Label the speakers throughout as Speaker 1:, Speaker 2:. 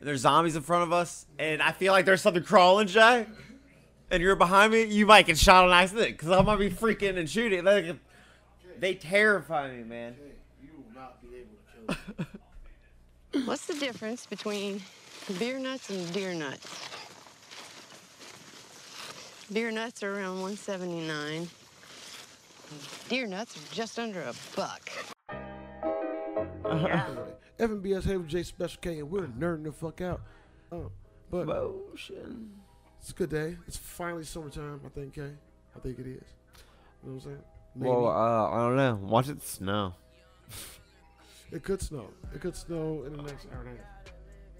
Speaker 1: there's zombies in front of us, and I feel like there's something crawling, Jay, and you're behind me, you might get shot on accident because I might be freaking and shooting. Like, they terrify me, man.
Speaker 2: Hey, you will not be able to kill me.
Speaker 3: What's the difference between beer nuts and deer nuts? Beer nuts are around 179. Deer nuts are just under a buck.
Speaker 2: FNBS Hey with J Special K, and we're nerding the fuck out. Oh, but
Speaker 4: Motion.
Speaker 2: it's a good day. It's finally summertime. I think K. I think it is. You know what I'm saying? Maybe.
Speaker 1: Well, uh, I don't know. Watch it snow.
Speaker 2: it could snow. It could snow in the next hour and a half.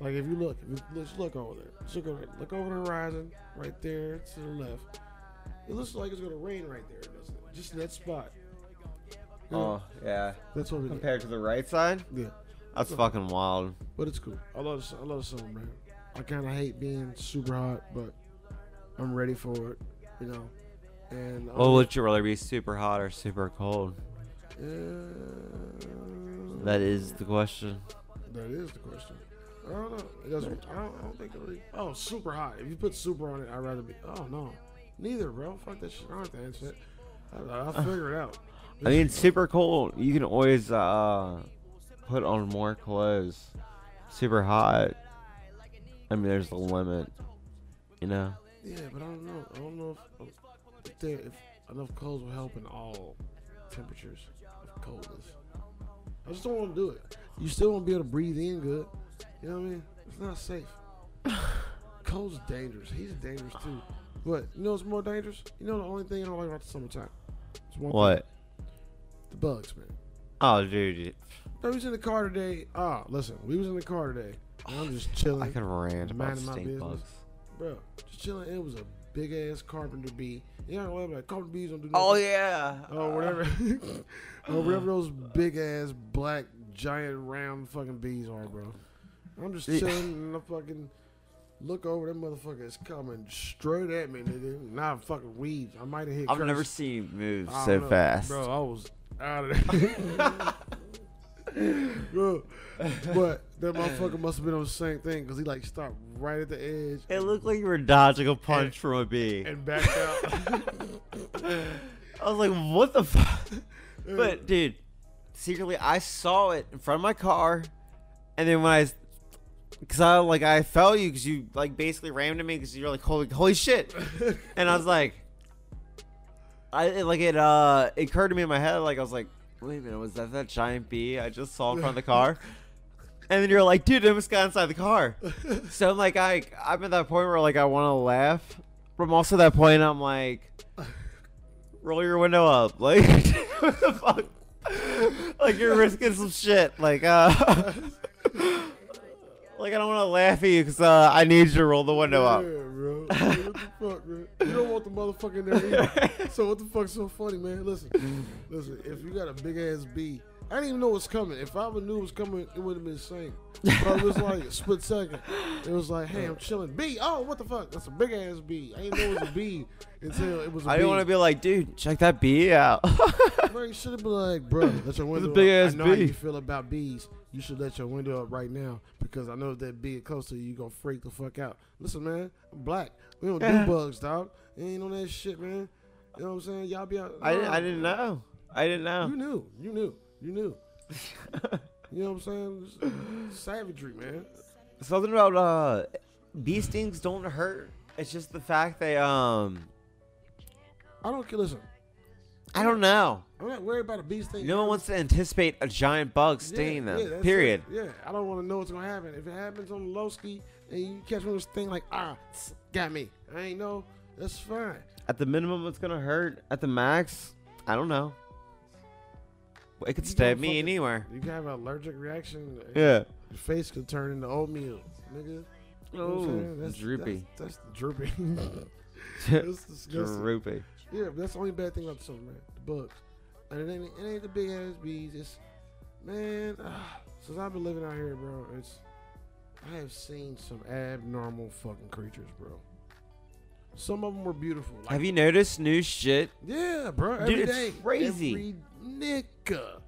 Speaker 2: Like if you look, if you, let's look over there. Let's look over, look over the horizon, right there to the left. It looks like it's gonna rain right there, doesn't it? Just in that spot. Yeah,
Speaker 1: Oh yeah.
Speaker 2: that's what we did.
Speaker 1: Compared to the right side,
Speaker 2: Yeah,
Speaker 1: that's fucking wild.
Speaker 2: but it's cool. I love the sun. I love the sun, man. I kind of hate being super hot, but I'm ready for it, you know. And I'm-
Speaker 1: Well, would you rather be super hot or super cold?
Speaker 2: Uh,
Speaker 1: That is the question.
Speaker 2: That is the question. I don't know. It doesn't. I don't, I don't think it really. Oh, super hot. If you put super on it, I'd rather be. Oh no, neither, bro. Fuck that shit. I don't have to answer that. I, I'll figure it out.
Speaker 1: I mean, super cold. You can always uh, put on more clothes. Super hot. I mean, there's a limit. You know.
Speaker 2: Yeah, but I don't know. I don't know if um, if, there, if enough clothes will help in all temperatures of coldness. I just don't want to do it. You still won't be able to breathe in good. You know what I mean? It's not safe. Cold's dangerous. He's dangerous too. But you know what's more dangerous? You know the only thing I don't like about the summertime? It's one thing.
Speaker 1: What?
Speaker 2: The bugs, man.
Speaker 1: Oh, dude,
Speaker 2: I was in the car today. Ah, listen, we was in the car today. And I'm just chilling.
Speaker 1: I could rant about
Speaker 2: Minding my
Speaker 1: stink
Speaker 2: business.
Speaker 1: bugs.
Speaker 2: Bro, just chilling. It was a big ass carpenter bee. You know what I mean? Carpenter bees don't do nothing.
Speaker 1: Oh yeah.
Speaker 2: Or whatever. or whatever those big ass black giant round fucking bees are, bro. I'm just
Speaker 1: Yeah.
Speaker 2: chilling and I fucking look over that motherfucker is coming straight at me, nigga. Not fucking weeds. I might have hit
Speaker 1: I've never
Speaker 2: curtains.
Speaker 1: seen it move
Speaker 2: I
Speaker 1: so
Speaker 2: don't know.
Speaker 1: fast.
Speaker 2: Bro, I was out of there. bro, but that motherfucker must have been on the same thing because he like stopped right at the edge
Speaker 1: It looked like you were dodging a punch from a bee.
Speaker 2: and backed out.
Speaker 1: I was like, what the fuck? But, dude, secretly, I saw it in front of my car. And then when I, because I, like, I felt you because you, like, basically rammed me because you were like, holy, holy shit. and I was like, I, it, like, it, uh, it occurred to me in my head, like, I was like, wait a minute, was that that giant bee I just saw in front of the car? And then you're like, dude, it almost got inside the car. So I'm like, I, I'm at that point where, like, I want to laugh. But I'm also at that point, I'm like, roll your window up. Like, what the fuck? Like, you're risking some shit. Like, uh, like I don't want to laugh at you because uh, I need you to roll the window
Speaker 2: yeah,
Speaker 1: up.
Speaker 2: bro. Like, what the fuck, man? You don't want the motherfucker in there either. So what the fuck's so funny, man? Listen, listen. If you got a big ass bee, I didn't even know what's coming. If I would knew it was coming, it would have been the same. But it was like a split second. It was like, hey, I'm chilling. Bee. Oh, what the fuck? That's a big ass bee. I didn't know it was a bee until it was. I
Speaker 1: I didn't want to be like, dude, check that bee out.
Speaker 2: Bro, you should have been like, bro, let your window
Speaker 1: big
Speaker 2: up.
Speaker 1: ass
Speaker 2: I know how
Speaker 1: bee.
Speaker 2: you feel about bees. You should let your window up right now because I know if that bee is close to you, you gonna freak the fuck out. Listen, man, I'm black. We don't do bugs, dog. Ain't on that shit, man. You know what I'm saying? Y'all be out.
Speaker 1: I didn't,
Speaker 2: Nah,
Speaker 1: I didn't know. I didn't
Speaker 2: You
Speaker 1: know.
Speaker 2: knew. You knew. You knew. you know what I'm saying? Just Savagery, man.
Speaker 1: Something about uh, bee stings don't hurt. It's just the fact they um,
Speaker 2: I don't care. Listen,
Speaker 1: I don't know.
Speaker 2: I'm not worried about a bee sting.
Speaker 1: No one wants to anticipate a giant bug stinging
Speaker 2: yeah,
Speaker 1: them.
Speaker 2: that's
Speaker 1: period.
Speaker 2: it. Yeah, I don't want to know what's gonna happen. If it happens on the low ski and you catch one of those things like ah, tss, got me. I ain't know. That's fine.
Speaker 1: At the minimum, it's gonna hurt. At the max, I don't know. It could
Speaker 2: You
Speaker 1: stab
Speaker 2: gonna
Speaker 1: me
Speaker 2: fucking-
Speaker 1: anywhere.
Speaker 2: You can have an allergic reaction. uh,
Speaker 1: Yeah.
Speaker 2: Your face could turn into oatmeal, nigga. You know what I'm
Speaker 1: Oh,
Speaker 2: saying? that's
Speaker 1: droopy.
Speaker 2: That's, that's droopy. that's disgusting.
Speaker 1: droopy.
Speaker 2: Yeah, but that's the only bad thing about the summer, man. The bugs. And it ain't, it ain't the big ass bees. It's, man, ah, since I've been living out here, bro, it's, I have seen some abnormal fucking creatures, bro. Some of them were beautiful. Like,
Speaker 1: Have you noticed new shit?
Speaker 2: Yeah, bro.
Speaker 1: Dude,
Speaker 2: every
Speaker 1: it's
Speaker 2: day.
Speaker 1: crazy.
Speaker 2: Every nigga.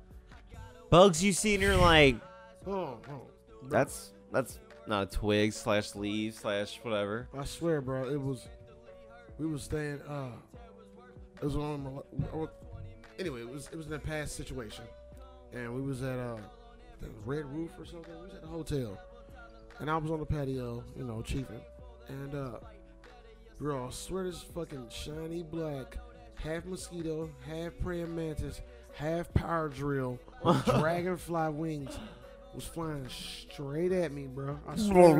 Speaker 1: Bugs you see and you're like,
Speaker 2: Hold on, hold on. Bro,
Speaker 1: that's that's not a twig slash leaf slash whatever.
Speaker 2: I swear, bro, it was. We was staying. Uh, it was on. My, I wa- anyway, it was it was in a past situation, and we was at uh, the Red Roof or something. We was at the hotel, and I was on the patio, you know, chiefing, and uh, bro, I swear this fucking shiny black, half mosquito, half praying mantis, half power drill, with dragonfly wings. Was flying straight at me, bro. I swear.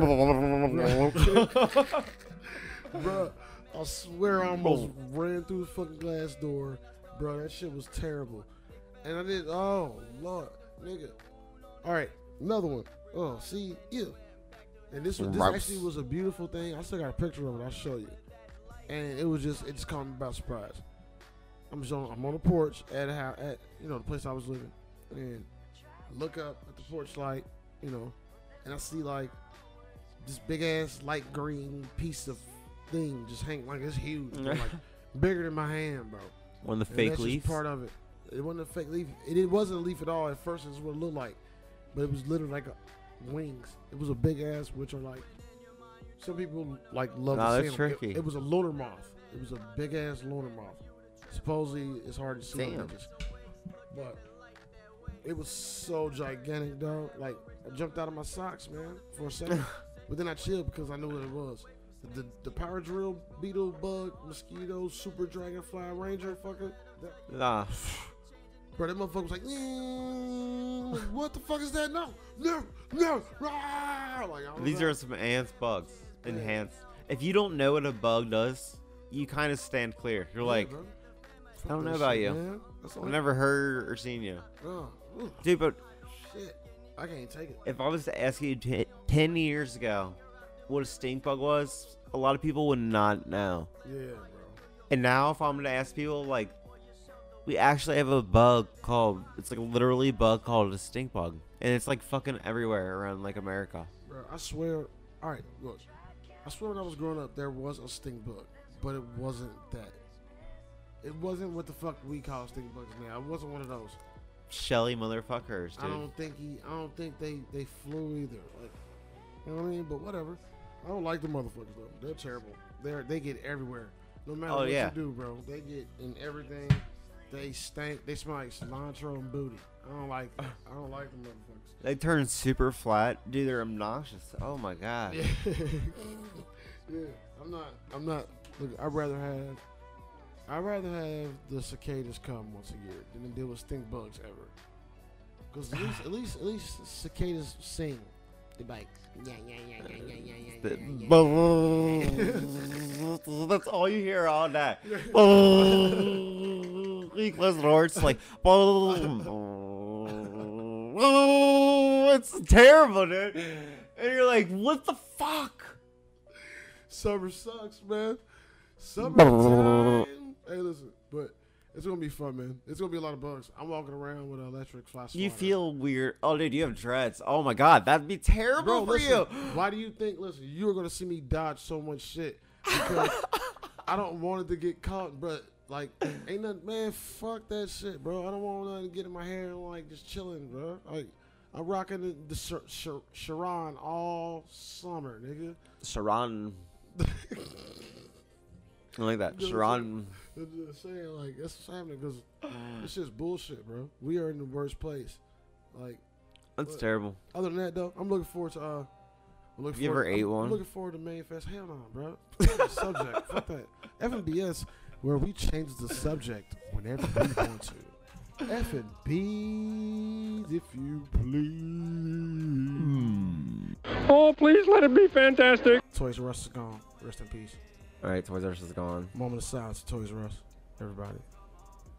Speaker 2: Bruh, I swear I almost ran through the fucking glass door. Bro, that shit was terrible. And I did, oh, Lord, nigga. All right, another one. Oh, see, yeah. And this one, this
Speaker 1: Gross.
Speaker 2: actually was a beautiful thing. I still got a picture of it. I'll show you. And it was just, it just caught me by surprise. I'm just on, I'm on the porch at how, at you know, the place I was living, and I look up at the porch light, you know, and I see like this big ass light green piece of thing just hang like it's huge, like bigger than my hand, bro.
Speaker 1: One of the
Speaker 2: And
Speaker 1: fake
Speaker 2: that's just
Speaker 1: leaves.
Speaker 2: part of it. It wasn't a fake leaf. It, it wasn't a leaf at all. At first, it's what it looked like, but it was literally like a, wings. It was a big ass, which are like some people like love.
Speaker 1: Nah,
Speaker 2: to
Speaker 1: that's
Speaker 2: see 'em. It-
Speaker 1: tricky.
Speaker 2: It, was a loner moth. It was a big ass loner moth. Supposedly, it's hard to see. on
Speaker 1: Damn.
Speaker 2: pictures. But it was so gigantic, dog. Like I jumped out of my socks, man, for a second. but then I chilled because I knew what it was. The, the power drill, beetle, bug, mosquito, super dragonfly, ranger, fucker. That,
Speaker 1: nah.
Speaker 2: Bro, that motherfucker was like, "Mm, what the fuck is that? No, no, no, rah!" Like, I was
Speaker 1: These
Speaker 2: like,
Speaker 1: are some ants bugs.
Speaker 2: Yeah.
Speaker 1: Enhanced. If you don't know what a bug does, you kind of stand clear. You're
Speaker 2: "Yeah,
Speaker 1: like,
Speaker 2: bro.
Speaker 1: I don't
Speaker 2: Fuck
Speaker 1: know
Speaker 2: that
Speaker 1: about
Speaker 2: shit,
Speaker 1: you.
Speaker 2: man. That's all
Speaker 1: I've never heard or seen you.
Speaker 2: Oh, ooh,
Speaker 1: Dude, but
Speaker 2: shit, I can't take it.
Speaker 1: if I was to ask you t- 10 years ago what a stink bug was, a lot of people would not know.
Speaker 2: Yeah, bro.
Speaker 1: And now, if I'm going to ask people, like, we actually have a bug called, it's like literally a bug called a stink bug. And it's like fucking everywhere around like America.
Speaker 2: Bro, I swear. All right, look. I swear when I was growing up, there was a stink bug, but it wasn't that. It wasn't what the fuck we call stink bugs now. It wasn't one of those.
Speaker 1: Shelly motherfuckers,
Speaker 2: I
Speaker 1: dude.
Speaker 2: don't think he. I don't think they they flew either. Like, you know what I mean? But whatever. I don't like the motherfuckers though. They're terrible. They're they get everywhere. No matter
Speaker 1: Oh,
Speaker 2: what
Speaker 1: yeah.
Speaker 2: you do, bro, they get in everything. They stink. They smell like cilantro and booty. I don't like. I don't like the motherfuckers.
Speaker 1: They turn super flat. Dude, they're obnoxious. Oh my god.
Speaker 2: Yeah. yeah. I'm not. I'm not. Look, I'd rather have. I'd rather have the cicadas come once a year than to deal with stink bugs ever. Cause at least, at least, at least cicadas sing. They like, yeah, yeah, yeah, yeah, yeah, yeah, yeah, yeah, yeah.
Speaker 1: That's all you hear all day. you close the door, it's like it's terrible, dude. And you're like, what the fuck?
Speaker 2: Summer sucks, man. Summertime. hey, listen, but it's gonna be fun, man. It's gonna be a lot of bugs. I'm walking around with an electric fly swatter.
Speaker 1: You feel weird. Oh, dude, you have dreads. Oh my god, that'd be terrible
Speaker 2: Bro,
Speaker 1: for
Speaker 2: listen,
Speaker 1: you.
Speaker 2: Why do you think? Listen, you are gonna see me dodge so much shit because I don't want it to get caught. But like, ain't nothing, man. Fuck that shit, bro. I don't want nothing to get in my hair and like just chilling, bro. Like, I'm rocking the, the Sher- Sher- Sharon all summer, nigga.
Speaker 1: Sharon. I like that. Sharon.
Speaker 2: I'm just saying, like, that's what's happening because this shit's bullshit, bro. We are in the worst place. Like,
Speaker 1: That's terrible.
Speaker 2: other than that, though, I'm looking forward to. uh I'm looking
Speaker 1: You ever
Speaker 2: forward-
Speaker 1: ate
Speaker 2: I'm
Speaker 1: one?
Speaker 2: looking forward to main fest. Hell no, bro. Change the subject. Fuck that. FNBS, where we change the subject whenever we want to. FNBs, if you please.
Speaker 4: Oh, please let it be fantastic.
Speaker 2: Toys R Us is gone. Rest in peace.
Speaker 1: All right, Toys R Us is gone.
Speaker 2: Moment of silence, to Toys R Us. Everybody,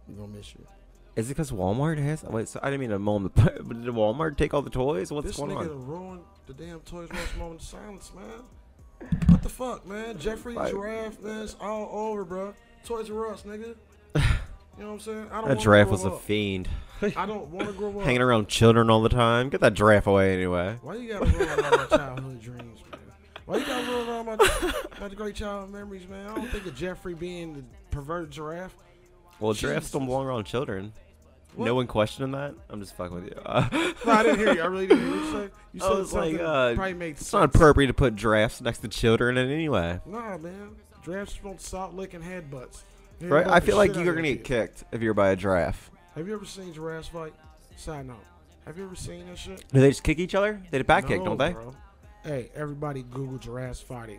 Speaker 2: we gonna miss you.
Speaker 1: Is it because Walmart has? Wait, so I didn't mean a moment, but did Walmart take all the toys? What's
Speaker 2: this
Speaker 1: going
Speaker 2: nigga
Speaker 1: on?
Speaker 2: done ruined the damn Toys R Us moment of silence, man. What the fuck, man? Jeffrey
Speaker 1: Like-
Speaker 2: Giraffe, man, it's all over, bro. Toys R Us, nigga. You know what I'm saying? I don't
Speaker 1: That
Speaker 2: wanna
Speaker 1: giraffe
Speaker 2: grow
Speaker 1: was a
Speaker 2: up.
Speaker 1: fiend.
Speaker 2: I don't want to grow up.
Speaker 1: Hanging around children all the time. Get that giraffe away anyway.
Speaker 2: Why you gotta ruin all my childhood dreams, man? Why you gotta ruin all my, my great childhood memories, man? I don't think of Jeffrey being the perverted giraffe.
Speaker 1: Well, giraffes
Speaker 2: Jesus.
Speaker 1: don't belong around children.
Speaker 2: What?
Speaker 1: No one questioning that. I'm just fucking with you. Uh,
Speaker 2: No, I didn't hear you. I really didn't hear you say. You
Speaker 1: I
Speaker 2: said
Speaker 1: was
Speaker 2: something
Speaker 1: like,
Speaker 2: that
Speaker 1: uh,
Speaker 2: probably makes
Speaker 1: it's not
Speaker 2: sense.
Speaker 1: appropriate to put giraffes next to children in any way,
Speaker 2: Nah, man. Giraffes smoked salt licking headbutts. Headbutt
Speaker 1: right? I
Speaker 2: the
Speaker 1: feel like
Speaker 2: shit
Speaker 1: you're
Speaker 2: out of
Speaker 1: gonna
Speaker 2: you.
Speaker 1: get kicked if you're by a giraffe.
Speaker 2: Have you ever seen giraffes fight? Side note. Have you ever seen that shit?
Speaker 1: Do they just kick each other? They back kick,
Speaker 2: No,
Speaker 1: don't they?
Speaker 2: bro. Hey, everybody Google giraffes fighting.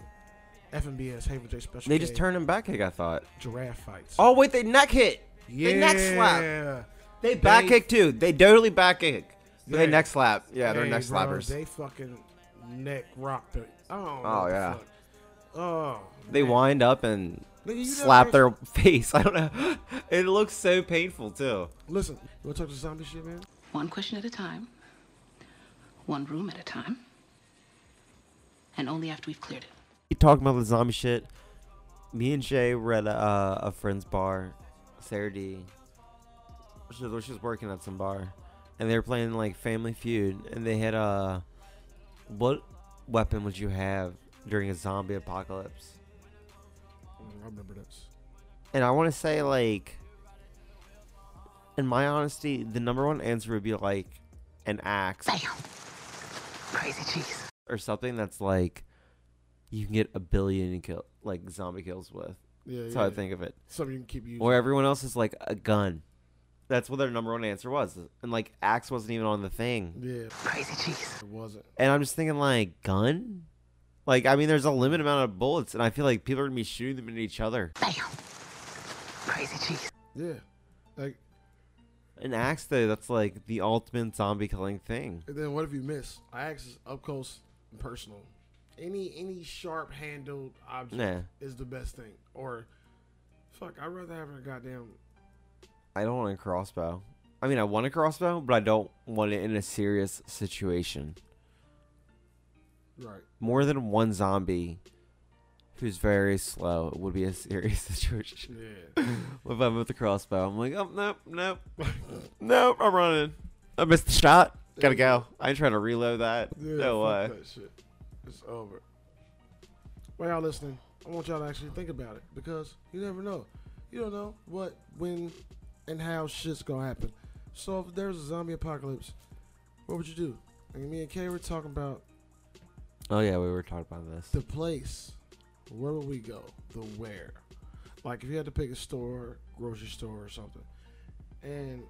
Speaker 2: FNBS Haven J Special.
Speaker 1: They just
Speaker 2: K,
Speaker 1: turn and back kick. I thought.
Speaker 2: giraffe fights.
Speaker 1: Oh wait, they neck hit.
Speaker 2: yeah.
Speaker 1: They neck slap. They
Speaker 2: They-
Speaker 1: back kick too. They totally back kick. But
Speaker 2: Yeah.
Speaker 1: they neck slap. Yeah, they're
Speaker 2: Hey,
Speaker 1: neck
Speaker 2: bro,
Speaker 1: slappers.
Speaker 2: They fucking neck rock. the- I don't know
Speaker 1: Oh,
Speaker 2: what the
Speaker 1: yeah.
Speaker 2: fuck. Oh.
Speaker 1: They
Speaker 2: man.
Speaker 1: wind up and
Speaker 2: Nigga, you
Speaker 1: slap
Speaker 2: never-
Speaker 1: their face. I don't know. It looks so painful too.
Speaker 2: Listen, you want to talk to zombie shit, man?
Speaker 5: One question at a time, one room at a time, and only after we've cleared it.
Speaker 1: You talking about the zombie shit? Me and Shay were at a, uh, a friend's bar, Saturday. She was, she was working at some bar, and they were playing like Family Feud, and they had uh, what weapon would you have during a zombie apocalypse?
Speaker 2: Mm, I remember this.
Speaker 1: And I want to say, like, in my honesty, the number one answer would be like an axe
Speaker 5: Bam! Crazy cheese.
Speaker 1: or something that's like you can get a billion kill like zombie kills with.
Speaker 2: Yeah,
Speaker 1: That's
Speaker 2: yeah.
Speaker 1: how I think of it.
Speaker 2: Something you can keep using.
Speaker 1: Where everyone else is like a gun. That's what their number one answer was, and like axe wasn't even on the thing.
Speaker 2: yeah,
Speaker 5: Crazy cheese.
Speaker 2: it wasn't.
Speaker 1: And I'm just thinking like gun. Like I mean, there's a limited amount of bullets, and I feel like people are gonna be shooting them at each other.
Speaker 5: Bam! Crazy cheese.
Speaker 2: Yeah. Like,
Speaker 1: An axe, though, that's like the ultimate zombie killing thing.
Speaker 2: and then what if you miss? I axe is up close and personal. Any any sharp handled object
Speaker 1: Nah.
Speaker 2: is the best thing. Or, fuck, I'd rather have a goddamn.
Speaker 1: I don't want a crossbow. I mean, I want a crossbow, but I don't want it in a serious situation.
Speaker 2: Right.
Speaker 1: More than one zombie who's very slow would be a serious situation.
Speaker 2: Yeah.
Speaker 1: If I'm with the crossbow, I'm like, oh, nope, nope, nope, I'm running. I missed the shot. Gotta go. I ain't trying to reload that.
Speaker 2: Yeah,
Speaker 1: no way.
Speaker 2: fuck That shit. It's over. While y'all listening, I want y'all to actually think about it because you never know. You don't know what, when, and how shit's gonna happen. So if there's a zombie apocalypse, what would you do? And me and Kay were talking about
Speaker 1: Oh, yeah, we were talking about this.
Speaker 2: the place. Where would we go? The where? Like if you had to pick a store, grocery store or something. And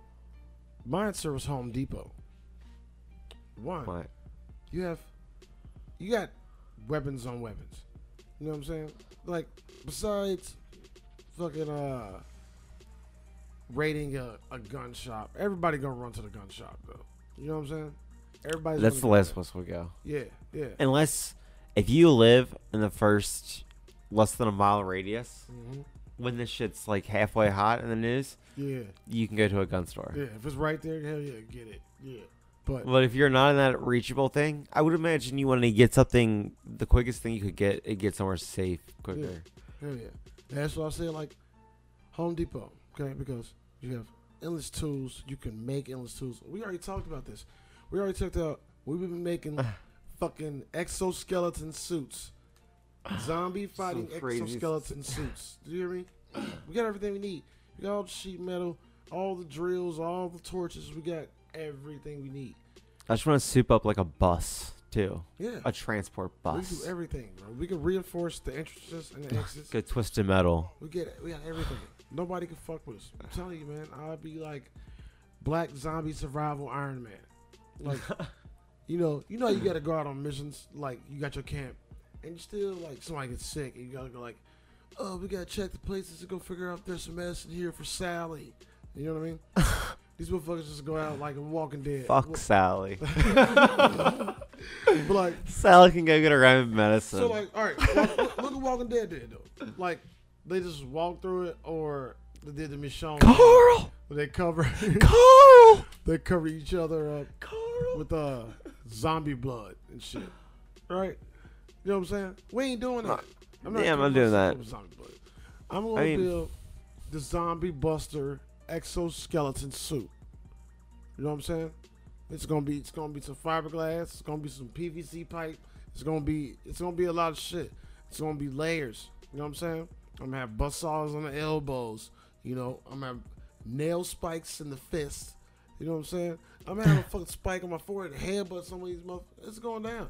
Speaker 2: my answer was Home Depot. Why?
Speaker 1: What?
Speaker 2: you have you got weapons on weapons. You know what I'm saying? Like besides fucking uh raiding a, a gun shop, everybody gonna run to the gun shop though. You know what I'm saying? Everybody's
Speaker 1: That's the
Speaker 2: gonna
Speaker 1: last
Speaker 2: go
Speaker 1: place we'll go.
Speaker 2: there. Yeah, yeah.
Speaker 1: Unless, if you live in the first less than a mile radius,
Speaker 2: hmm
Speaker 1: when this shit's like halfway hot in the news,
Speaker 2: Yeah,
Speaker 1: you can go to a gun store.
Speaker 2: yeah. If it's right there, hell yeah, get it. Yeah. But
Speaker 1: But if you're not in that reachable thing, I would imagine you want to get something. The quickest thing you could get, it get somewhere safe quicker.
Speaker 2: hell yeah. That's what I said like Home Depot, okay? Because you have endless tools, you can make endless tools. We already talked about this. We already checked out. We've been making fucking exoskeleton suits, zombie fighting
Speaker 1: Some crazy
Speaker 2: exoskeleton suits. Do you hear me? We got everything we need. We got all the sheet metal, all the drills, all the torches. We got everything we need.
Speaker 1: I just want to soup up like a bus too,
Speaker 2: Yeah,
Speaker 1: a transport
Speaker 2: we do
Speaker 1: bus.
Speaker 2: everything, bro. We can reinforce the entrances and the exits.
Speaker 1: Go twisted metal.
Speaker 2: We get it. We got everything. Nobody can fuck with us. I'm telling you, man. I'll be like Black Zombie Survival Iron Man. Like, you know, you know, you gotta go out on missions. Like, you got your camp, and you still like somebody gets sick, and you gotta go like, oh, we gotta check the places to go figure out if there's some medicine here for Sally. You know what I mean? These motherfuckers just go out like a Walking Dead.
Speaker 1: Fuck Sally.
Speaker 2: But like,
Speaker 1: Sally can go get her own medicine.
Speaker 2: so like, all right, look, look at Walking Dead did though. Like, they just walk through it, or they did the Michonne.
Speaker 1: Carl,
Speaker 2: where They cover.
Speaker 1: Carl,
Speaker 2: they cover each other up
Speaker 1: Carl.
Speaker 2: with uh zombie blood and shit. Right? You know what I'm saying? We ain't doing that.
Speaker 1: yeah, I'm not
Speaker 2: giving
Speaker 1: doing
Speaker 2: myself
Speaker 1: that.
Speaker 2: up Zombie blood. I'm gonna
Speaker 1: I mean-
Speaker 2: build the zombie buster exoskeleton suit. You know what I'm saying? It's gonna be it's gonna be some fiberglass, it's gonna be some PVC pipe, it's gonna be it's gonna be a lot of shit. It's gonna be layers. You know what I'm saying? I'm gonna have buzz saws on the elbows. You know, I'm gonna have nail spikes in the fist. You know what I'm saying? I'm gonna have a fucking spike on my forehead, headbutt some of these motherfuckers. It's going down.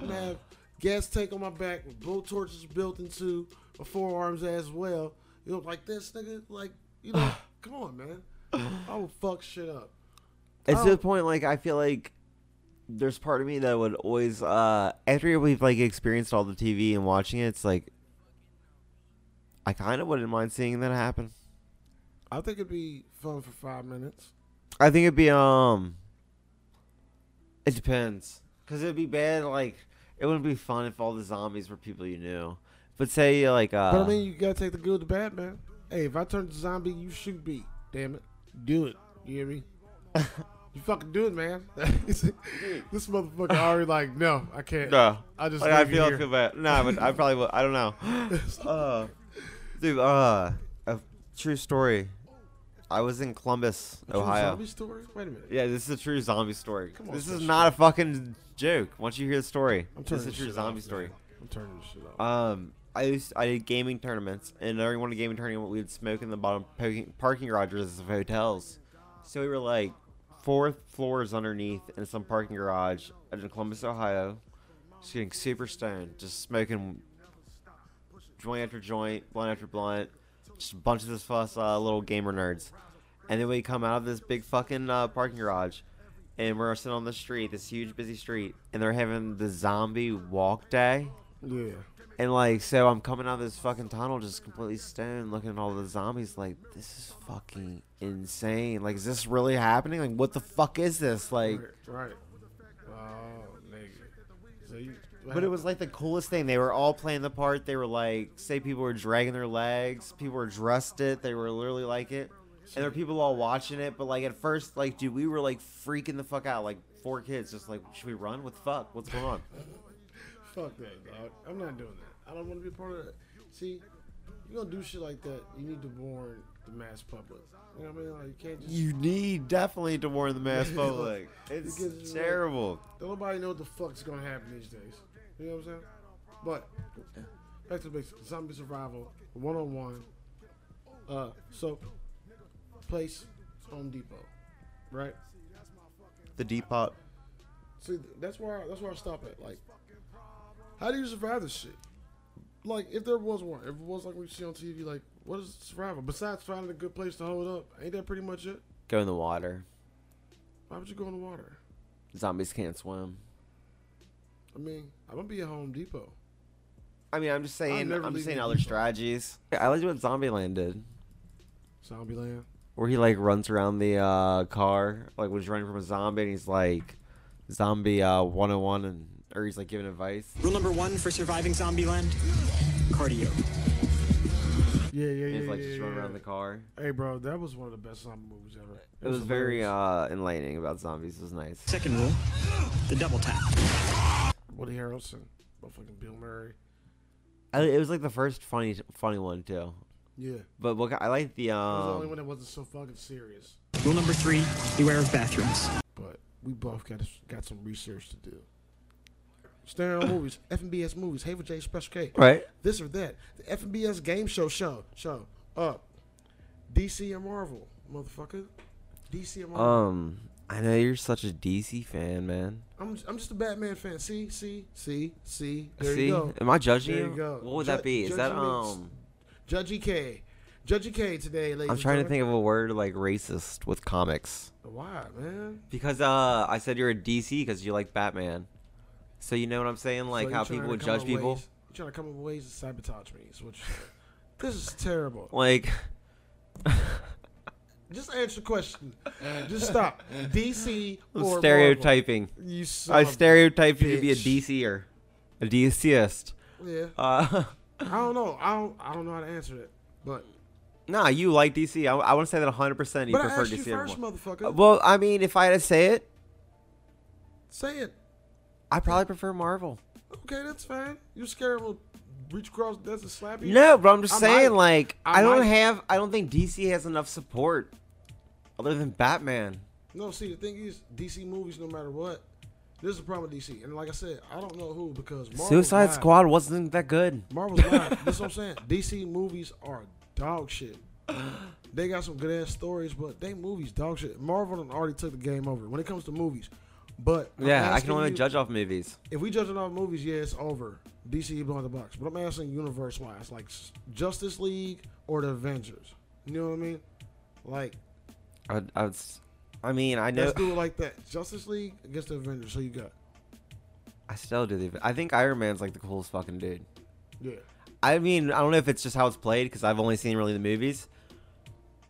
Speaker 2: I'm gonna have gas tank on my back with blowtorches built into my forearms as well. You know, like this nigga, like you know, come on, man. I will fuck shit up.
Speaker 1: It's
Speaker 2: Oh.
Speaker 1: to the point like I feel like there's part of me that would always uh after we've like experienced all the TV and watching it, it's like I kind of wouldn't mind seeing that happen.
Speaker 2: I think it'd be fun for five minutes.
Speaker 1: I think it'd be um. It depends, cause it'd be bad. Like it wouldn't be fun if all the zombies were people you knew. But say like uh,
Speaker 2: But I mean, you gotta take the good with the bad, man. Hey, if I turn to zombie, you shoot me. Damn it, do it. You hear me? you fucking do it, man. this motherfucker already like, no, I can't.
Speaker 1: no,
Speaker 2: I just
Speaker 1: like, I
Speaker 2: leave you
Speaker 1: feel
Speaker 2: here.
Speaker 1: too bad. No, but I probably would. I don't know. uh, dude, uh, a true story. I was in Columbus,
Speaker 2: True
Speaker 1: Ohio.
Speaker 2: Zombie story? Wait a minute.
Speaker 1: Yeah, this is a true zombie story.
Speaker 2: Come on,
Speaker 1: this is
Speaker 2: Spencer.
Speaker 1: not a fucking joke. Once you hear the story,
Speaker 2: I'm
Speaker 1: this is
Speaker 2: turning
Speaker 1: a
Speaker 2: this
Speaker 1: true
Speaker 2: shit
Speaker 1: zombie
Speaker 2: off,
Speaker 1: story.
Speaker 2: Man. I'm turning this shit off.
Speaker 1: Um, I used I did gaming tournaments, and during one gaming tournament, we would smoke in the bottom parking, parking garages of hotels. So we were like four floors underneath in some parking garage out in Columbus, Ohio, just getting super stoned, just smoking joint after joint, blunt after blunt, just a bunch of this fuss uh, little gamer nerds. And then we come out of this big fucking uh, parking garage, and we're sitting on the street, this huge busy street, and they're having the zombie walk day.
Speaker 2: yeah.
Speaker 1: And like, so I'm coming out of this fucking tunnel just completely stoned, looking at all the zombies. Like, this is fucking insane. Like, is this really happening? Like, what the fuck is this? Like,
Speaker 2: Right, right. Oh, nigga. So you,
Speaker 1: but it was like the coolest thing. They were all playing the part. They were like, say people were dragging their legs, people were dressed it. They were literally like it, and there were people all watching it. But like at first, like dude, we were like freaking the fuck out. Like four kids, just like, should we run? What the fuck? What's going on?
Speaker 2: Fuck that, dog. I'm not doing that. I don't want to be a part of that. See, you gonna do shit like that, you need to warn the mass public. You know what I mean? Like, you can't just.
Speaker 1: you need definitely to warn the mass public.
Speaker 2: Because
Speaker 1: It's
Speaker 2: you're-
Speaker 1: terrible.
Speaker 2: Don't nobody know what the fuck's gonna happen these days. You know what I'm saying? But back to the basics. Zombie survival, one on one. Uh, so place Home Depot, right?
Speaker 1: The deep pot.
Speaker 2: See, that's where I, that's where I stop at. Like, how do you survive this shit? Like, if there was one, if it was like we see on TV, like, what is survival besides finding a good place to hold up? Ain't that pretty much it?
Speaker 1: Go in the water.
Speaker 2: Why would you go in the water?
Speaker 1: Zombies can't swim.
Speaker 2: I mean, I'm gonna be at Home Depot.
Speaker 1: I mean, I'm just saying.
Speaker 2: never
Speaker 1: I'm just
Speaker 2: leave
Speaker 1: saying
Speaker 2: the
Speaker 1: other
Speaker 2: depot.
Speaker 1: strategies. I liked what Zombieland did,
Speaker 2: Zombieland.
Speaker 1: where he like runs around the uh, car, like was running from a zombie, and he's like, zombie uh, 101, and or he's like giving advice.
Speaker 6: Rule number one for surviving Zombieland cardio.
Speaker 2: Yeah, yeah,
Speaker 1: And
Speaker 2: yeah.
Speaker 1: he's like
Speaker 2: yeah,
Speaker 1: just
Speaker 2: yeah,
Speaker 1: running around
Speaker 2: yeah.
Speaker 1: the car.
Speaker 2: Hey, bro, that was one of the best zombie movies ever.
Speaker 1: It was very
Speaker 2: hilarious.
Speaker 1: uh, enlightening about zombies. It was nice.
Speaker 6: Second rule, the double tap.
Speaker 1: uh,
Speaker 2: Woody Harrelson, motherfucking Bill Murray.
Speaker 1: I, it was like the first funny, funny one too.
Speaker 2: Yeah, it
Speaker 1: But what I like the
Speaker 2: was the only
Speaker 1: um,
Speaker 2: one that wasn't so fucking serious.
Speaker 6: Rule number three, beware of bathrooms.
Speaker 2: But we both got got some research to do. Stereo movies, FNBS movies, Haven J Special K,
Speaker 1: right.
Speaker 2: this or that, the FNBS game show show show up, DC or Marvel, motherfucker, DC or Marvel.
Speaker 1: Um, I know you're such a DC fan, man.
Speaker 2: I'm I'm just a Batman fan. See, see, see, see. There
Speaker 1: See,
Speaker 2: you go.
Speaker 1: am I judging
Speaker 2: There
Speaker 1: you?
Speaker 2: you go.
Speaker 1: What would
Speaker 2: Ju-
Speaker 1: that be? Is that
Speaker 2: judgment.
Speaker 1: um?
Speaker 2: Judgy E K. Judgy K today, ladies.
Speaker 1: I'm trying to think of a word like racist with comics.
Speaker 2: of why, man.
Speaker 1: Because uh, I said you're a DC because you like Batman. So you know what I'm saying? Like
Speaker 2: So you
Speaker 1: how
Speaker 2: trying
Speaker 1: people
Speaker 2: to
Speaker 1: would
Speaker 2: come
Speaker 1: judge
Speaker 2: up
Speaker 1: people.
Speaker 2: ways- you trying to come up with ways to sabotage me? Is what you said. This is terrible.
Speaker 1: Like,
Speaker 2: Just answer the question. Uh, Just stop. DC
Speaker 1: I'm
Speaker 2: or
Speaker 1: stereotyping.
Speaker 2: Marvel? You son
Speaker 1: I
Speaker 2: of a-
Speaker 1: stereotyped you to be a
Speaker 2: bitch.
Speaker 1: DCer, a DCist.
Speaker 2: Yeah.
Speaker 1: Uh,
Speaker 2: I don't know. I don't. I don't know how to answer that. But
Speaker 1: nah, you like DC. I, I want to say that 100. percent You
Speaker 2: but I
Speaker 1: prefer
Speaker 2: asked you
Speaker 1: DC. over
Speaker 2: first,
Speaker 1: more.
Speaker 2: motherfucker.
Speaker 1: Uh, Well, I mean, if I had to say it,
Speaker 2: Say it.
Speaker 1: I probably prefer Marvel.
Speaker 2: Okay, that's fine. You scared of a reach across the desert slap you?
Speaker 1: No, but I'm just
Speaker 2: I
Speaker 1: saying,
Speaker 2: might.
Speaker 1: like, I,
Speaker 2: I
Speaker 1: don't
Speaker 2: might.
Speaker 1: have, I don't think DC has enough support other than Batman.
Speaker 2: No, see, the thing is, DC movies, no matter what, this is the problem with DC. And like I said, I don't know who because Marvel's
Speaker 1: Suicide
Speaker 2: live.
Speaker 1: Squad wasn't that good.
Speaker 2: Marvel's live. That's what I'm saying. DC movies are dog shit. They got some good ass stories, but they movies dog shit. Marvel done already took the game over when it comes to movies. But I'm
Speaker 1: Yeah, I
Speaker 2: asking
Speaker 1: can only
Speaker 2: you-
Speaker 1: judge off movies.
Speaker 2: If we judging off movies, yeah, it's over. DC you blow out the box, but I'm asking universe wise, like s- Justice League or the Avengers. You know what I mean? Like
Speaker 1: I, would- I, would s- I mean, I know.
Speaker 2: let's do it like that. Justice League against the Avengers. So you got
Speaker 1: I still do the. I think Iron Man's like the coolest fucking dude.
Speaker 2: yeah.
Speaker 1: I mean, I don't know if it's just how it's played because I've only seen really the movies,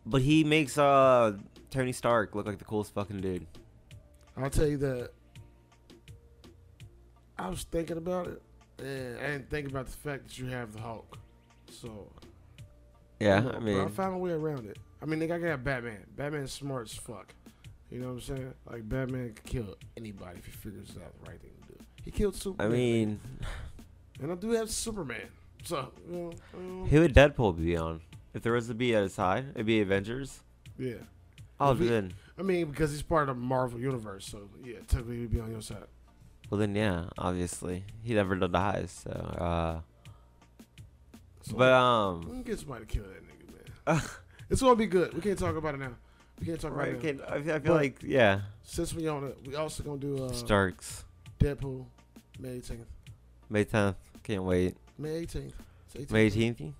Speaker 1: but he makes uh Tony Stark look like the coolest fucking dude.
Speaker 2: I'll tell you that. I was thinking about it, and I didn't think about the fact that you have the Hulk. So
Speaker 1: Yeah,
Speaker 2: No,
Speaker 1: I
Speaker 2: but I
Speaker 1: mean,
Speaker 2: found a way around it. I mean, they got to have Batman. Batman's smart as fuck. You know what I'm saying? Like Batman could kill anybody if he figures out the right thing to do. He killed
Speaker 1: I
Speaker 2: Superman.
Speaker 1: mean,
Speaker 2: and I do have Superman. So you know, um,
Speaker 1: who would Deadpool be on? If there was to be a side, it'd be Avengers.
Speaker 2: yeah.
Speaker 1: Oh,
Speaker 2: If he-
Speaker 1: then,
Speaker 2: I mean, because he's part of the Marvel universe, so yeah, technically he'd be on your side.
Speaker 1: well then, yeah, obviously he never dies. So, uh,
Speaker 2: So,
Speaker 1: but
Speaker 2: we
Speaker 1: um,
Speaker 2: can get somebody to kill that nigga, man. It's gonna be good. We can't talk about it now. We can't talk about
Speaker 1: right?
Speaker 2: it. now.
Speaker 1: Can, I feel, I
Speaker 2: But-
Speaker 1: feel like yeah,
Speaker 2: Since we on it, we also gonna do uh,
Speaker 1: Starks
Speaker 2: Deadpool May 18th.
Speaker 1: May tenth. Can't wait.
Speaker 2: May 18th. It's 18th.
Speaker 1: May eighteenth,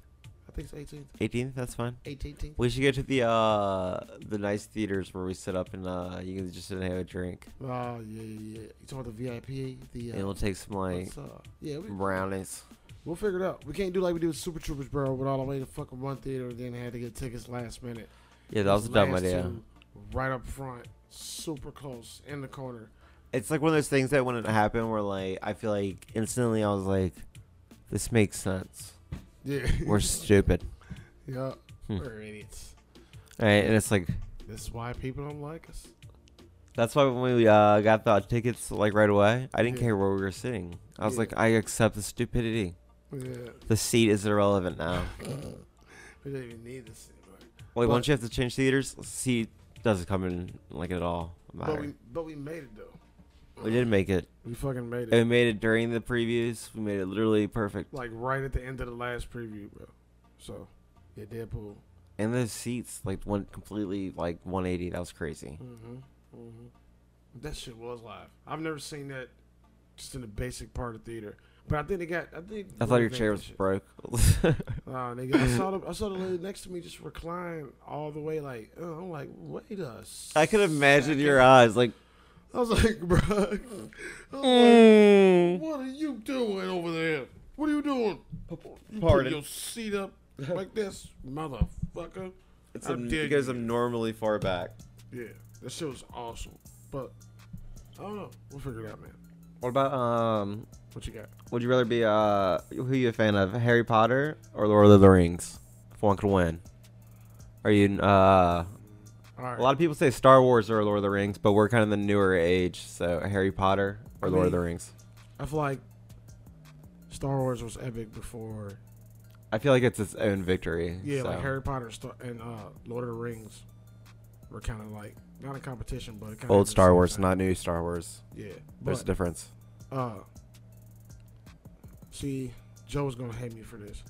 Speaker 2: I think it's 18th.
Speaker 1: eighteenth. That's fine.
Speaker 2: 18th.
Speaker 1: We should go to the uh the nice theaters where we sit up and uh you can just sit and have a drink.
Speaker 2: Oh yeah, yeah, yeah. You talking about the VIP? The uh,
Speaker 1: And we'll take some like
Speaker 2: what's, uh, yeah, we,
Speaker 1: brownies.
Speaker 2: we'll figure it out. We can't do like we did with Super Troopers, bro. With all the way to fucking one theater, then had to get tickets last minute.
Speaker 1: Yeah, that was a
Speaker 2: These
Speaker 1: dumb
Speaker 2: last
Speaker 1: idea.
Speaker 2: two, Right up front, super close in the corner.
Speaker 1: It's like one of those things that when it happened where like I feel like instantly I was like, This makes sense.
Speaker 2: Yeah,
Speaker 1: We're stupid.
Speaker 2: yeah,
Speaker 1: Hmm.
Speaker 2: we're idiots.
Speaker 1: Alright, and it's like
Speaker 2: This is why people don't like us.
Speaker 1: that's why when we uh, got the tickets like right away, I didn't
Speaker 2: Yeah.
Speaker 1: care where we were sitting. I was
Speaker 2: Yeah.
Speaker 1: like, I accept the stupidity.
Speaker 2: Yeah,
Speaker 1: The seat is irrelevant now.
Speaker 2: we don't even need this. Anymore.
Speaker 1: Wait,
Speaker 2: But-
Speaker 1: once you have to change theaters, seat doesn't come in like at all.
Speaker 2: But
Speaker 1: Matter.
Speaker 2: we, but we made it though.
Speaker 1: we did make it.
Speaker 2: We fucking made
Speaker 1: And we
Speaker 2: it.
Speaker 1: made it during the previews. We made it literally perfect.
Speaker 2: Like right at the end of the last preview, bro. So, yeah, Deadpool.
Speaker 1: And those seats like went completely like 180. That was crazy.
Speaker 2: hmm hmm That shit was live. I've never seen that just in the basic part of theater. But I think they got. I think
Speaker 1: I thought your chair was broke.
Speaker 2: Nah, nigga, I saw the I saw the lady next to me just recline all the way. Like uh, I'm like, wait a.
Speaker 1: I could imagine
Speaker 2: second.
Speaker 1: your eyes like,
Speaker 2: I was like, bro.
Speaker 1: mm.
Speaker 2: what are you doing over there? What are you doing? You put
Speaker 1: Pardon.
Speaker 2: your seat up like this, motherfucker.
Speaker 1: it's
Speaker 2: How
Speaker 1: ab-
Speaker 2: dare
Speaker 1: it goes
Speaker 2: you.
Speaker 1: abnormally far back.
Speaker 2: Yeah, that shit was awesome. But I don't know. We'll figure it out, man.
Speaker 1: What about um?
Speaker 2: What you got?
Speaker 1: Would you rather be uh? Who you a fan of, Harry Potter or Lord of the Rings? If one could win, are you uh?
Speaker 2: All right.
Speaker 1: A lot of people say Star Wars or Lord of the Rings, but we're kind of the newer age, so Harry Potter or
Speaker 2: I
Speaker 1: Lord of
Speaker 2: mean-
Speaker 1: the Rings.
Speaker 2: I feel like Star Wars was epic before.
Speaker 1: I feel like it's its own victory.
Speaker 2: Yeah, like
Speaker 1: so.
Speaker 2: Harry Potter Star- and uh, Lord of the Rings were kind of like not a competition, but kind
Speaker 1: Old Star Wars, not new Star Wars.
Speaker 2: yeah.
Speaker 1: There's a
Speaker 2: But
Speaker 1: difference.
Speaker 2: uh, see, Joe's gonna hate me for this,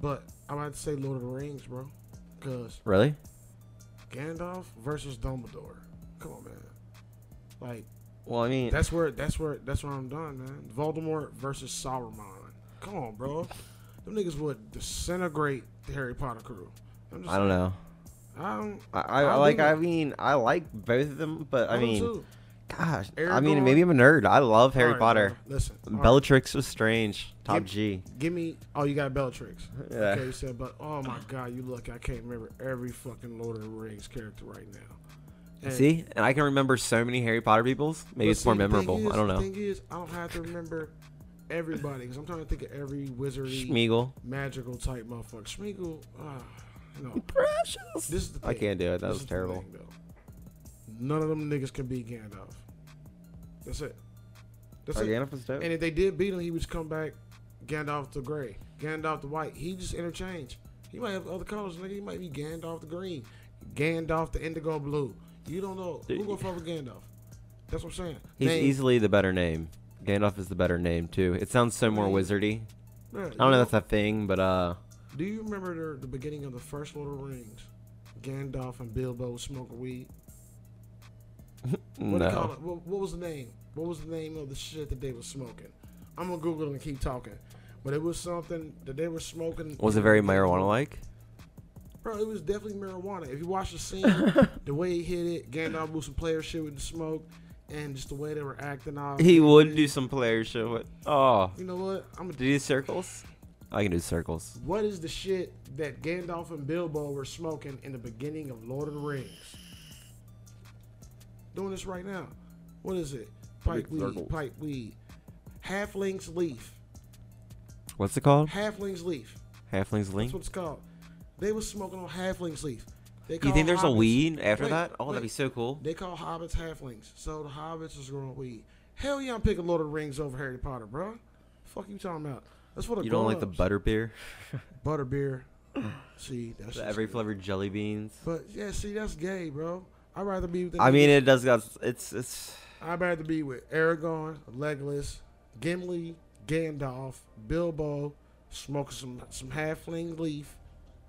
Speaker 2: but I'm about to say Lord of the Rings, bro, because
Speaker 1: Really?
Speaker 2: Gandalf versus Dumbledore. Come on, man. Like
Speaker 1: Well, I mean,
Speaker 2: that's where that's where that's where I'm done, man. Voldemort versus Sauron. Come on, bro. Them niggas would disintegrate the Harry Potter crew. I'm just
Speaker 1: I don't know.
Speaker 2: I don't.
Speaker 1: I, I,
Speaker 2: I'll
Speaker 1: I
Speaker 2: do
Speaker 1: like. I
Speaker 2: it.
Speaker 1: mean, I like both of them, but I
Speaker 2: don't
Speaker 1: mean,
Speaker 2: too.
Speaker 1: gosh, I
Speaker 2: Aragorn-
Speaker 1: mean, maybe I'm a nerd. I love Harry
Speaker 2: All right,
Speaker 1: Potter.
Speaker 2: bro. Listen, all right.
Speaker 1: Bellatrix was strange. Top
Speaker 2: Give-
Speaker 1: G.
Speaker 2: Give me. Oh, you got Bellatrix.
Speaker 1: Yeah.
Speaker 2: Okay, you said, but oh my god, you lucky. I can't remember every fucking Lord of the Rings character right now. And-
Speaker 1: See, and I can remember so many Harry Potter peoples. Maybe
Speaker 2: but
Speaker 1: it's more
Speaker 2: see, the thing
Speaker 1: memorable.
Speaker 2: is-
Speaker 1: I don't
Speaker 2: The
Speaker 1: know.
Speaker 2: thing is, I don't have to remember everybody because I'm trying to think of every wizardy,
Speaker 1: Schmeagle.
Speaker 2: magical type motherfucker. Schmeagle. ah, no.
Speaker 1: Precious.
Speaker 2: This is the
Speaker 1: I
Speaker 2: thing.
Speaker 1: can't do it. That
Speaker 2: This
Speaker 1: was
Speaker 2: is the
Speaker 1: terrible.
Speaker 2: thing, though. None of them niggas can beat Gandalf. That's it. That's it.
Speaker 1: Gandalf was dope.
Speaker 2: And if they did beat him, he would just come back Gandalf the Gray, Gandalf the White. He just interchange. He might have other colors, nigga. He might be Gandalf the Green, Gandalf the Indigo Blue. You don't know. Who
Speaker 1: Dude.
Speaker 2: gonna fuck with Gandalf? That's what I'm saying.
Speaker 1: He's
Speaker 2: Name-
Speaker 1: easily the better name. Gandalf is the better name too. It sounds so more
Speaker 2: Name.
Speaker 1: wizardy. I
Speaker 2: Yeah,
Speaker 1: don't know if that's a thing, but uh,
Speaker 2: Do you remember the, the beginning of the first Lord of the Rings? Gandalf and Bilbo smoking weed? What, do you call
Speaker 1: No.
Speaker 2: it? what, what was the name? What was the name of the shit that they were smoking? I'm gonna Google it and keep talking. But it was something that they were smoking.
Speaker 1: Was it very marijuana like?
Speaker 2: Bro, it was definitely marijuana. If you watch the scene, the way he hit it, Gandalf was some player shit with the smoke, and just the way they were acting off.
Speaker 1: He would do some player shit with. Oh.
Speaker 2: You know what? I'm
Speaker 1: Did
Speaker 2: gonna.
Speaker 1: he do circles? I can do circles.
Speaker 2: What is the shit that Gandalf and Bilbo were smoking in the beginning of Lord of the Rings? Doing this right now. What is it? Pipe weed.
Speaker 1: circles.
Speaker 2: Pipe weed. Halfling's leaf.
Speaker 1: What's it called?
Speaker 2: Halfling's leaf.
Speaker 1: Halfling's
Speaker 2: That's
Speaker 1: Link?
Speaker 2: what it's called. They was smoking on halflings leaf. They
Speaker 1: You
Speaker 2: call
Speaker 1: think there's a
Speaker 2: hobbits-
Speaker 1: weed after
Speaker 2: wait,
Speaker 1: that? Oh, that'd be
Speaker 2: wait.
Speaker 1: so cool.
Speaker 2: They call hobbits halflings, so the hobbits is growing weed. Hell yeah, I'm picking Lord of the Rings over Harry Potter, bro. Fuck you talking about? That's what the
Speaker 1: You don't like the
Speaker 2: grown-ups-
Speaker 1: butter beer?
Speaker 2: butter beer. See, that's
Speaker 1: The
Speaker 2: just
Speaker 1: every
Speaker 2: gay.
Speaker 1: flavored jelly beans?
Speaker 2: But yeah, see, that's gay, bro. I'd rather be with. the
Speaker 1: I mean,
Speaker 2: niggas-
Speaker 1: it does got. It's. it's
Speaker 2: I'd rather be with Aragorn, Legolas, Gimli, Gandalf, Bilbo, smoking some some halfling leaf.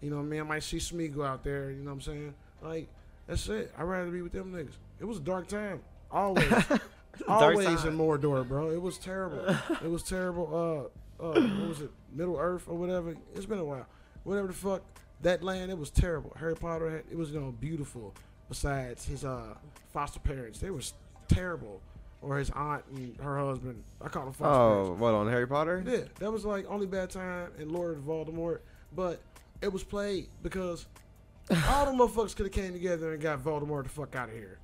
Speaker 2: You know what I mean? I might see Smeagol out there. You know what I'm saying? Like that's it. I'd rather be with them niggas. It was a dark time. Always, always
Speaker 1: time.
Speaker 2: in Mordor, bro. It was terrible. it was terrible. Uh, uh, what was it? Middle Earth or whatever. It's been a while. Whatever the fuck. That land, it was terrible. Harry Potter, had, it was you know beautiful. Besides his uh foster parents, they was terrible, or his aunt and her husband. I call them foster parents.
Speaker 1: Oh, what on Harry Potter?
Speaker 2: Yeah, that was like only bad time in Lord of Voldemort, but it was played because all the motherfuckers could have came together and got Voldemort the fuck out of here.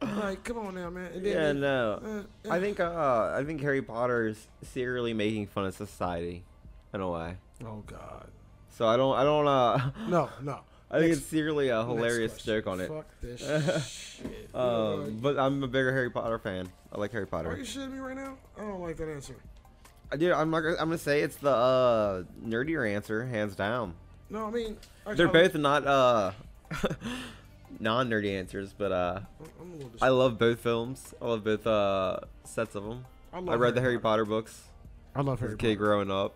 Speaker 2: Like, come on now, man. And then
Speaker 1: Yeah,
Speaker 2: they-
Speaker 1: no.
Speaker 2: uh,
Speaker 1: I think. Uh, I think Harry Potter is serially making fun of society, in a way.
Speaker 2: Oh God.
Speaker 1: So I don't. I don't. Uh,
Speaker 2: No, no.
Speaker 1: I think
Speaker 2: Next-
Speaker 1: it's serially a
Speaker 2: next
Speaker 1: hilarious
Speaker 2: question.
Speaker 1: joke on it.
Speaker 2: Fuck this shit. Uh,
Speaker 1: Um, but I'm a bigger Harry Potter fan. I like Harry
Speaker 2: are
Speaker 1: Potter.
Speaker 2: you shitting me right now? I don't like that answer.
Speaker 1: I Dude, I'm not. gonna- I'm gonna say it's the uh, nerdier answer, hands down.
Speaker 2: No, I mean I-
Speaker 1: They're
Speaker 2: I-
Speaker 1: both not uh, non-nerdy answers, but uh,
Speaker 2: I'm- I'm a little dis-
Speaker 1: I love both films. I love both uh, sets of them.
Speaker 2: I
Speaker 1: I,
Speaker 2: love
Speaker 1: read the Harry Potter, books
Speaker 2: I love
Speaker 1: as a
Speaker 2: Harry
Speaker 1: kid
Speaker 2: Potter.
Speaker 1: growing up.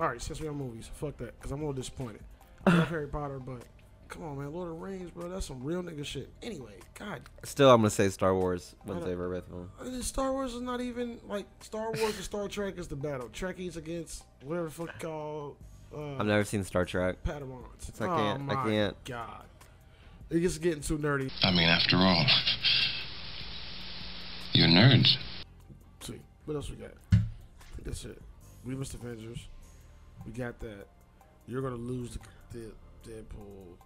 Speaker 2: All right, since we on movies, fuck that, because I'm a little disappointed. I love Harry Potter, but come on, man, Lord of the Rings, bro, that's some real nigga shit. Anyway, God,
Speaker 1: Still, I'm gonna say Star Wars wins
Speaker 2: I don't-
Speaker 1: over both of them.
Speaker 2: I mean, Star Wars is not even like Star Wars and Star Trek is the battle. Trekkies against whatever the fuck you call uh,
Speaker 1: I've never seen Star Trek.
Speaker 2: Padawans.
Speaker 1: I can't-
Speaker 2: Oh
Speaker 1: I
Speaker 2: my
Speaker 1: can't.
Speaker 2: God, it gets getting too nerdy.
Speaker 7: I mean, after all, you're nerds.
Speaker 2: see. What else we got? I think that's it. We missed Avengers. We got that. You're gonna lose the, the Deadpool.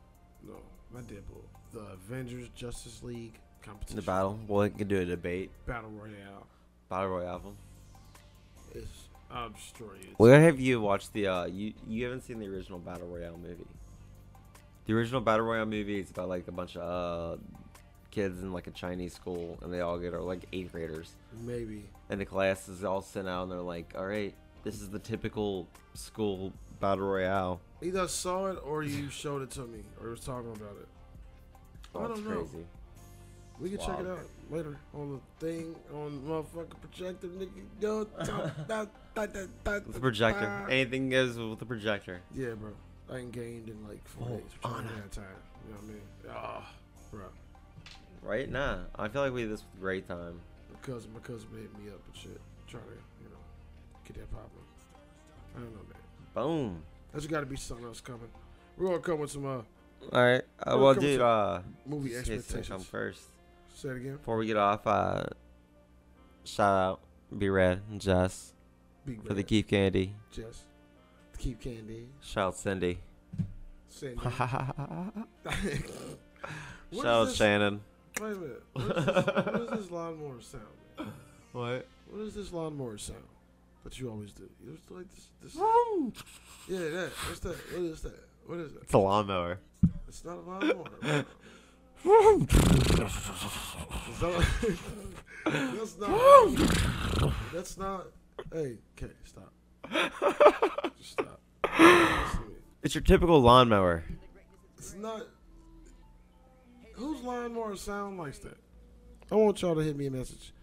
Speaker 2: No, not Deadpool. The Avengers Justice League competition.
Speaker 1: The battle. Well, we can do a debate.
Speaker 2: Battle Royale
Speaker 1: Battle Royale album.
Speaker 2: is I'm destroying it.
Speaker 1: We're gonna have you watch the. Uh, you you haven't seen the original Battle Royale movie. The original Battle Royale movie is about like a bunch of uh, kids in like a Chinese school, and they all get are like eighth graders.
Speaker 2: Maybe.
Speaker 1: and the class is all sent out and they're like all right this is the typical school battle royale
Speaker 2: Either I saw it or you showed it to me or was talking about it. I
Speaker 1: That's
Speaker 2: don't know. We can check it
Speaker 1: Wow.
Speaker 2: out later on the thing on the motherfucking projector, nigga. Yo, talk about that, that, that,
Speaker 1: With the projector
Speaker 2: that.
Speaker 1: anything goes with the projector
Speaker 2: Yeah, bro. I ain't gained in like four
Speaker 1: Oh,
Speaker 2: days. Which I ain't got time. You know what I mean? Ah, bro.
Speaker 1: right nah i feel like we did this with great time
Speaker 2: My cousin, my cousin hit me up and shit, trying to, you know, get that popping. I don't know, man.
Speaker 1: boom
Speaker 2: There's got to be something else coming. We're gonna come with some uh,
Speaker 1: all right uh,
Speaker 2: Well,
Speaker 1: well
Speaker 2: come
Speaker 1: dude
Speaker 2: to
Speaker 1: uh
Speaker 2: movie
Speaker 1: just in case they come
Speaker 2: expectations.
Speaker 1: first
Speaker 2: Say it again.
Speaker 1: before we get off uh shout out be red and jess
Speaker 2: Big
Speaker 1: for the
Speaker 2: Brad,
Speaker 1: keep candy
Speaker 2: Jess. Keep candy.
Speaker 1: shout out cindy
Speaker 2: Sandy.
Speaker 1: shout
Speaker 2: What is
Speaker 1: out
Speaker 2: this-
Speaker 1: shannon
Speaker 2: Wait a minute. What is this, what is this lawnmower sound? Man?
Speaker 1: what
Speaker 2: What is this lawnmower sound? That you always do. It was like this. this yeah, that. What's that? What is that? What is that?
Speaker 1: it's a lawnmower
Speaker 2: It's not a lawnmower. bro. It's not- that's not. That's not. Hey, okay, stop. Just stop.
Speaker 1: it's your typical lawnmower
Speaker 2: It's not. Whose lawnmower sound like that? I want y'all to hit me a message.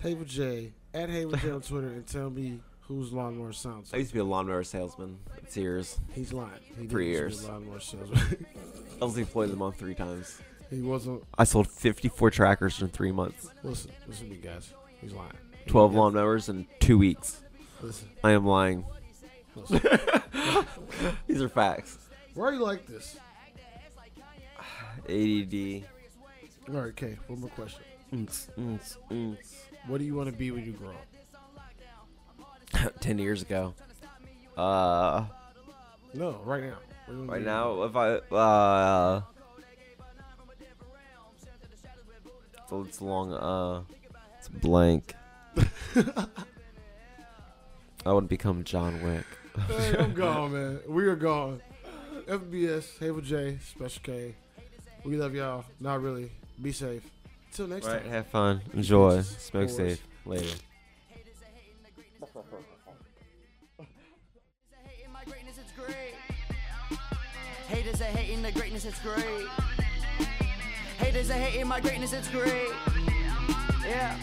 Speaker 2: Hayward J at Hayward J on Twitter and tell me Who's lawnmower sounds?
Speaker 1: I used to be a lawnmower salesman. It's years.
Speaker 2: He's lying. He
Speaker 1: Three
Speaker 2: didn't
Speaker 1: years.
Speaker 2: see a lawnmower salesman.
Speaker 1: I was employed a month three times.
Speaker 2: he wasn't.
Speaker 1: I sold 54 trackers in three months,
Speaker 2: Listen, listen to me, guys. He's lying.
Speaker 1: 12 lawnmowers in two weeks.
Speaker 2: Listen,
Speaker 1: I am lying.
Speaker 2: listen.
Speaker 1: These are facts.
Speaker 2: Why are you like this?
Speaker 1: ADD.
Speaker 2: All right, okay. One more question.
Speaker 1: Mm-ts, mm-ts, mm-ts.
Speaker 2: What do you want to be when you grow up?
Speaker 1: 10 years ago. Uh,
Speaker 2: No, right now. What do you wanna
Speaker 1: right
Speaker 2: be?
Speaker 1: now, if I. Uh, so it's long. Uh, it's blank. I would become John Wick.
Speaker 2: Hey, I'm gone, man. We are gone. FBS, Havel J, Special K. We love y'all. Not really. Be safe. Till next
Speaker 1: Right,
Speaker 2: time.
Speaker 1: have fun. Enjoy. Smoke
Speaker 2: Boys.
Speaker 1: safe. Later.
Speaker 7: hating my greatness, it's great. Haters are hating the greatness, it's great. Haters are hating my greatness, it's great. Yeah.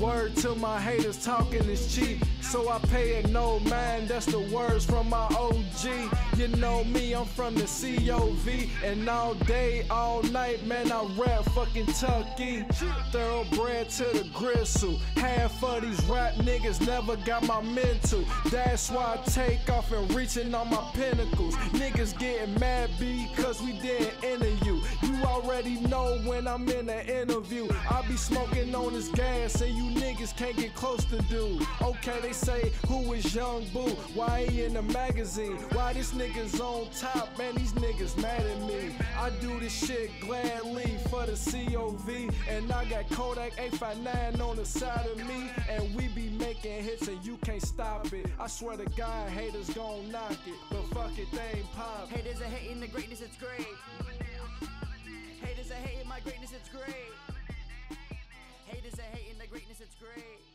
Speaker 8: Word to my haters, talking is cheap. So I pay it no mind, that's the words from my OG. You know me, I'm from the COV. And all day, all night, man, I rap fucking Tucky. Thoroughbred to the gristle. Half of these rap niggas never got my mental. That's why I take off and reaching on my pinnacles. Niggas getting mad because we didn't enter you. You already know when I'm in an interview. I be smoking on this gas and you niggas can't get close to dude. Okay, they say who is young boo? Why he in the magazine? Why this niggas on top? Man, these niggas mad at me. I do this shit gladly for the COV, and I got Kodak 859 on the side of me, and we be making hits and you can't stop it. I swear to God, haters gon' knock it, but fuck it, they ain't pop.
Speaker 7: Haters are hating the greatness, it's great. Haters are hating my greatness, it's great. Haters are hating the greatness, it's great.